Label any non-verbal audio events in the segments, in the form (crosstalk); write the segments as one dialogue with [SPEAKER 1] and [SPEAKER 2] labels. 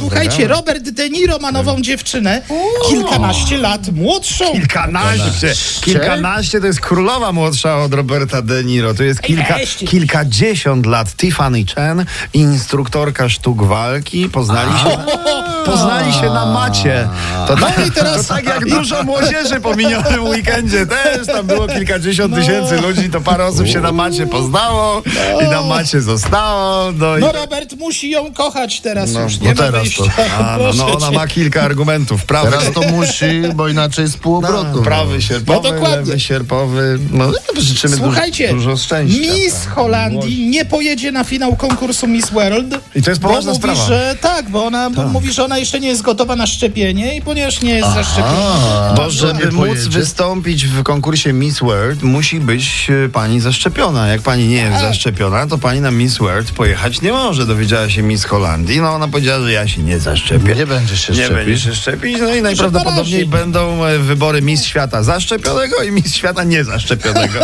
[SPEAKER 1] Słuchajcie, Robert De Niro ma nową dziewczynę, kilkanaście lat młodszą.
[SPEAKER 2] Kilkanaście, kilkanaście to jest królowa młodsza od Roberta De Niro. To jest kilka,
[SPEAKER 1] weźcie.
[SPEAKER 2] kilkadziesiąt lat. Tiffany Chen, instruktorka sztuk walki, poznali się, poznali się na macie. To tak,
[SPEAKER 1] No i teraz-
[SPEAKER 2] to tak jak dużo młodzieży po minionym weekendzie też, tam było kilkadziesiąt tysięcy
[SPEAKER 1] No.
[SPEAKER 2] ludzi, to parę osób się na macie poznało i na macie zostało. No i...
[SPEAKER 1] No Robert musi ją kochać teraz już, nie ma
[SPEAKER 3] no teraz
[SPEAKER 1] wyjścia.
[SPEAKER 3] to-
[SPEAKER 2] A, no,
[SPEAKER 1] Proszę
[SPEAKER 2] no ona
[SPEAKER 1] cię.
[SPEAKER 2] ma kilka argumentów. Prawy,
[SPEAKER 3] Teraz to musi, bo inaczej jest pół obrotu.
[SPEAKER 2] No, prawy
[SPEAKER 1] No
[SPEAKER 2] sierpowy,
[SPEAKER 1] dokładnie.
[SPEAKER 2] lewy sierpowy. No, życzymy dużo,
[SPEAKER 1] Słuchajcie,
[SPEAKER 2] dużo szczęścia. tak?
[SPEAKER 1] Miss Holandii nie pojedzie na finał konkursu Miss World.
[SPEAKER 2] I to jest poważna
[SPEAKER 1] bo mówi,
[SPEAKER 2] sprawa.
[SPEAKER 1] Że, tak, bo ona bo mówi, że ona jeszcze nie jest gotowa na szczepienie i ponieważ nie jest zaszczepiona.
[SPEAKER 2] Bo żeby
[SPEAKER 3] nie
[SPEAKER 2] móc
[SPEAKER 3] pojedzie.
[SPEAKER 2] wystąpić w konkursie Miss World, musi być e, pani zaszczepiona. Jak pani nie jest zaszczepiona, to pani na Miss World pojechać nie może. Dowiedziała się Miss Holandii, no ona powiedziała, że ja się nie zaszczepię.
[SPEAKER 3] Nie będziesz się
[SPEAKER 2] nie
[SPEAKER 3] szczepić.
[SPEAKER 2] będziesz się szczepić, no i najprawdopodobniej
[SPEAKER 1] razie.
[SPEAKER 2] będą e, wybory Miss Świata zaszczepionego i Miss Świata niezaszczepionego.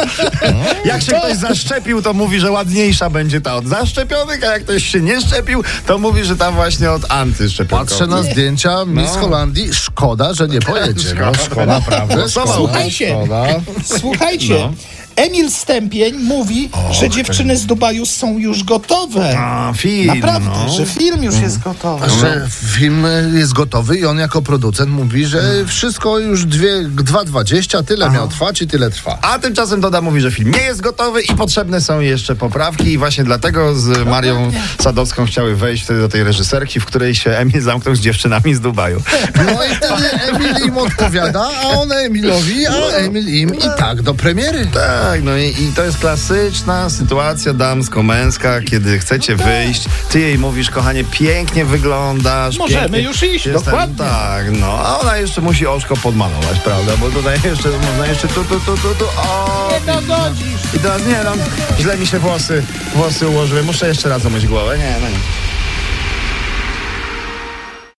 [SPEAKER 2] jak się ktoś zaszczepił, to mówi, że ładniejsza będzie ta od zaszczepionych, a jak ktoś się nie szczepił, to mówi, że ta właśnie od antyszczepionkowych.
[SPEAKER 3] Patrzę na zdjęcia Miss Holandii, No. szkoda, że nie pojedzie. No, szkoda, naprawdę. Szkoda,
[SPEAKER 1] Słuchajcie.
[SPEAKER 3] szkoda.
[SPEAKER 1] (laughs) Słuchajcie,
[SPEAKER 2] No.
[SPEAKER 1] Emil Stępień mówi, że dziewczyny
[SPEAKER 2] tak.
[SPEAKER 1] z Dubaju są już gotowe.
[SPEAKER 2] A, film,
[SPEAKER 1] Naprawdę,
[SPEAKER 2] no.
[SPEAKER 1] że film już jest gotowy.
[SPEAKER 3] Że film jest gotowy i on jako producent mówi, że wszystko już dwie- 2.20, tyle miał trwać i tyle trwa.
[SPEAKER 2] A tymczasem Doda mówi, że film nie jest gotowy i potrzebne są jeszcze poprawki i właśnie dlatego z Marią Sadowską chciały wejść wtedy do tej reżyserki, w której się Emil zamknął z dziewczynami z Dubaju.
[SPEAKER 3] No i wtedy Emil im odpowiada, a on Emilowi, a Emil im i tak do premiery.
[SPEAKER 2] Tak, no i, i to jest klasyczna sytuacja damsko-męska, kiedy chcecie
[SPEAKER 1] No tak.
[SPEAKER 2] wyjść, ty jej mówisz, kochanie, pięknie wyglądasz.
[SPEAKER 1] Możemy
[SPEAKER 2] pięknie
[SPEAKER 1] już iść,
[SPEAKER 2] jestem-
[SPEAKER 1] dokładnie.
[SPEAKER 2] Tak, no, a ona jeszcze musi oczko podmalować, prawda, bo tutaj jeszcze, można jeszcze tu, tu, tu, tu, tu, o.
[SPEAKER 1] Nie dogodzisz.
[SPEAKER 2] no, I teraz, nie, no, źle mi się włosy, włosy ułożyły, muszę jeszcze raz umyć głowę, nie, no nie.